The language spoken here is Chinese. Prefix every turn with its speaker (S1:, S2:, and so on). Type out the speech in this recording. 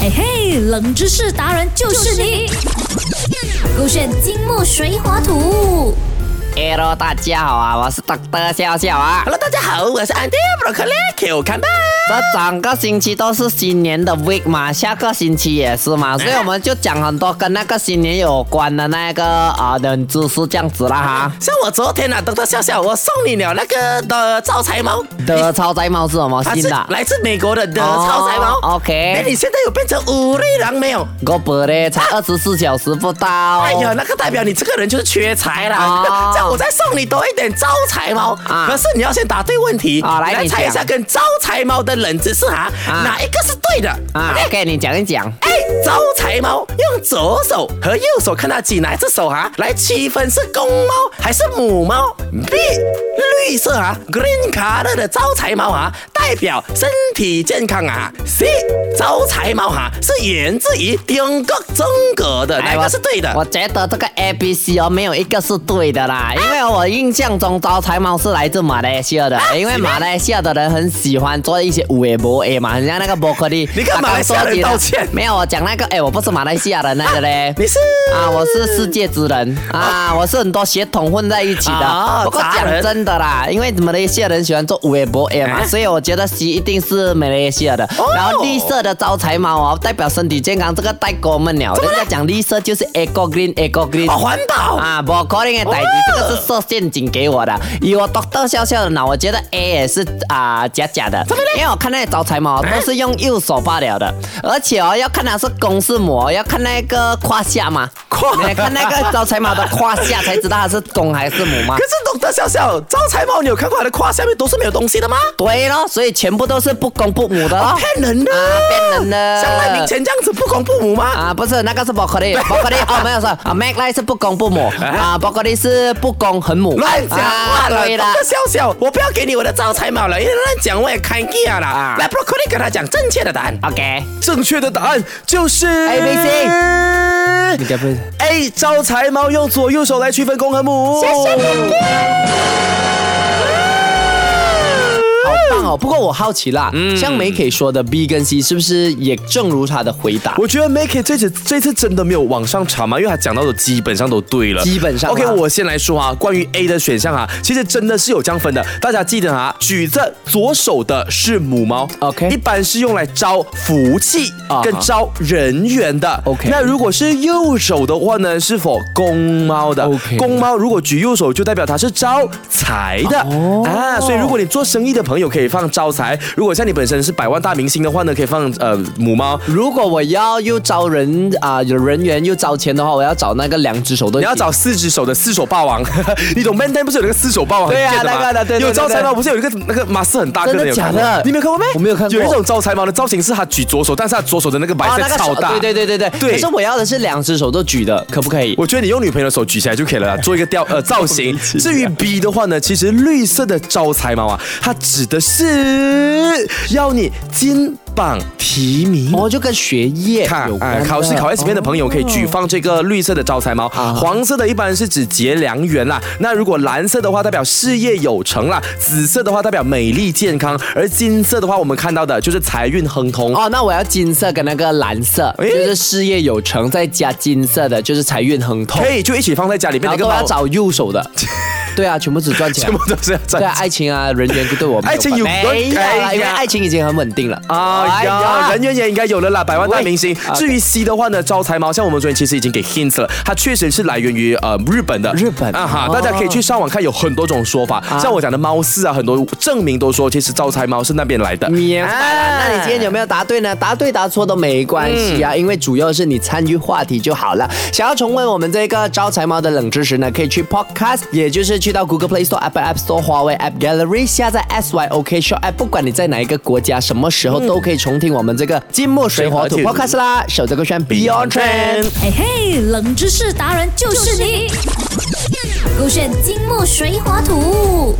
S1: 嘿哎嘿，冷知识达人就是你。勾选金木水火土。
S2: Hello，大家好啊，我是 Dr. 笑笑啊。
S3: Hello，大家好，我是 Andy Broccoli Q 看吧。
S2: 这整个星期都是新年的 week 嘛，下个星期也是
S3: 哎
S2: 嘛，所以我们就讲很多跟那个新年有关的那个啊冷知识这样子啦哈。
S3: 像我昨天啊，等等笑笑，我送你了那个的招财猫，
S2: 的超宅猫是什么
S3: 它
S2: 新
S3: 哎是
S2: 的？啊
S3: 来自美国的的
S2: 哦
S3: 招财猫。哎，
S2: OK，哦
S3: 你现在有变成五类狼没有？
S2: 我本嘞才二十四小时不到。
S3: 哎呀，那个代表你这个人就是缺财
S2: 哦
S3: 啦。 这样我再送你多一点招财猫，
S2: 啊
S3: 可是你要先答对问题。
S2: 好来你
S3: 猜一
S2: 讲
S3: 下跟招财猫的冷知识哈，
S2: 啊
S3: 哪一个是对的
S2: 啊
S3: ？OK
S2: ，OK，你讲一讲。
S3: 哎，招财猫用左手和右手看它挤哪一只手啊，来区分是公猫还是母猫。B 绿色啊，green color 的招财猫啊，代表身体健康啊。C 招财猫哈、啊、是源自于中国中国的，哪一个是对的
S2: 哎我？觉得这个 A、B、C 哦，没有一个是对的
S3: 啊
S2: 啦，因为我印象中招财猫是来自马来西亚的，
S3: 啊
S2: 因为马来西亚的人很喜欢做一些微博 A 嘛，很像那个伯克利。
S3: 你跟马来西亚人道歉
S2: 没有，我讲那个，哎，我不是马来西亚人来的 嘞。
S3: 你是
S2: 啊，我是世界之人啊，我是很多血统混在一起的
S3: 啊。
S2: 不过
S3: 杂
S2: 讲
S3: 人
S2: 真的啦，因为马来西亚人喜欢做微博 A 嘛，
S3: 哎
S2: 所以我觉得 C 一定是马来西亚的。
S3: 哦
S2: 然后绿色的招财猫哦，代表身体健康，这个太过分了。人家讲绿色就是 eco green，eco green
S3: 哦，。环保。
S2: 啊，不可能的代志
S3: 哦，
S2: 这个是设陷阱给我的。以我独到笑笑的脑，我觉得 A 也是啊、假假的，因为我看那些招财猫都是用右手罢了的，而且哦要看它是公是母哦，要看那个胯下嘛，
S3: 胯
S2: 你看那个招财猫的胯下才知道它是公还是母嘛
S3: 可。是懂得笑笑，招财猫你有看过它的胯下面都是没有东西的吗？
S2: 对咯，所以全部都是不公不母的咯。
S3: 骗人的，
S2: 啊骗人的
S3: 像赖明前这样子不公不母吗？
S2: 啊，不是那个是 broccoli，broccoli 哦，没有错啊，mac 是不公不母啊，broccoli 是不公很母。
S3: 哎乱讲话
S2: 啊
S3: 了，
S2: 对
S3: 懂
S2: 啦。
S3: 得笑笑，我不要给你我的招财猫了，因为乱讲我也开机了
S2: 啊
S3: 啦。来，Broccoli 跟他讲正确的答案，
S2: OK，
S3: 正确的答案就是
S2: A B
S3: C。
S2: 该不会
S3: A 招财猫用左右手来区分公和母。谢谢
S4: 好棒哦！不过我好奇啦，
S3: 嗯
S4: 像梅 K 说的 B 跟 C 是不是也正如他的回答？
S3: 我觉得 Make It 这次这次真的没有往上查嘛，因为他讲到的基本上都对了。
S4: 基本上啊
S3: OK，我先来说啊，关于 A 的选项啊，其实真的是有这样分的。大家记得啊，举着左手的是母猫
S4: OK
S3: 一般是用来招福气
S4: 啊哈
S3: 跟招人缘的。
S4: OK
S3: 那如果是右手的话呢，是否公猫的
S4: OK
S3: 公猫如果举右手，就代表它是招财的、
S4: 哦
S3: 啊。所以如果你做生意的朋友可以放招财，如果像你本身是百万大明星的话呢，可以放呃母猫。
S4: 如果我要又招人啊、有人员又招钱的话，我要找那个两只手都
S3: 你要找四只手的四手霸王， 你懂 Man Time 不是有那个四手霸王
S4: 嗯对啊
S3: 很贱
S4: 那
S3: 吗
S4: 个的对对
S3: 有招财
S4: 对
S3: 猫
S4: 对
S3: 不是有一个那个马是很大个
S4: 真的
S3: 有看
S4: 假的
S3: 过你没有看过没？
S4: 我没有看过
S3: 有一种招财猫的造型是它举左手，但是它左手的那个白
S4: 哦那
S3: 色
S4: 个
S3: 超
S4: 手
S3: 大。
S4: 对对对对对。
S3: 对
S4: 可是我要的是两只手都举的，可不可以？
S3: 我觉得你用女朋友的手举起来就可以了啦，做一 个雕呃造型。
S4: 其妙
S3: 至于 B 的话呢，其实绿色的招财猫啊，它指的是要你金榜题名。
S4: 哦，就跟学业
S3: 看
S4: 有
S3: 啊
S4: 关，的
S3: 考试考 S 片的朋友可以举放这个绿色的招财猫，黄色的一般是指结良缘啦。那如果蓝色的话，代表事业有成啦；紫色的话，代表美丽健康；而金色的话，我们看到的就是财运亨通。
S4: 哦，那我要金色跟那个蓝色，
S3: 诶
S4: 就是事业有成，再加金色的，就是财运亨通
S3: 可。以就一起放在家里面
S4: 然
S3: 的
S4: 后都
S3: 一个
S4: 要
S3: 包，
S4: 找右手 的，对啊，全部只赚钱，
S3: 全部都是要
S4: 对啊
S3: 在，。
S4: 爱情啊，人缘就对我没有
S3: 爱情有
S4: 关啊哎没有
S3: 哎
S4: 啦，
S3: 呀
S4: 因为爱情已经很稳定了。
S3: 啊呀，人缘也应该有了啦，百万大明星
S4: 喂。啊
S3: 至于 C 的话呢，招财猫，像我们昨天其实已经给 hints 了，它确实是来源于呃日本的。
S4: 日本
S3: 啊哈，
S4: 哦
S3: 大家可以去上网看，有很多种说法。像我讲的猫寺啊，很多证明都说其实招财猫是那边来的。
S4: 明白了，那你今天有没有答对呢？答对答错都没关系啊，因为主要是你参与话题就好了。想要重温我们这个招财猫的冷知识呢，可以去 Podcast，也就是去到 Google Play Store、Apple App Store、华为 App Gallery 下载 SYOK Show App，不管你在哪一个国家，什么时候都可以重听我们这个金木嗯水火土
S3: 水火土
S4: Podcast 啦。守着个圈 Beyond Trend。
S1: 嘿哎嘿，冷知识达人就是你。勾选金木水火土。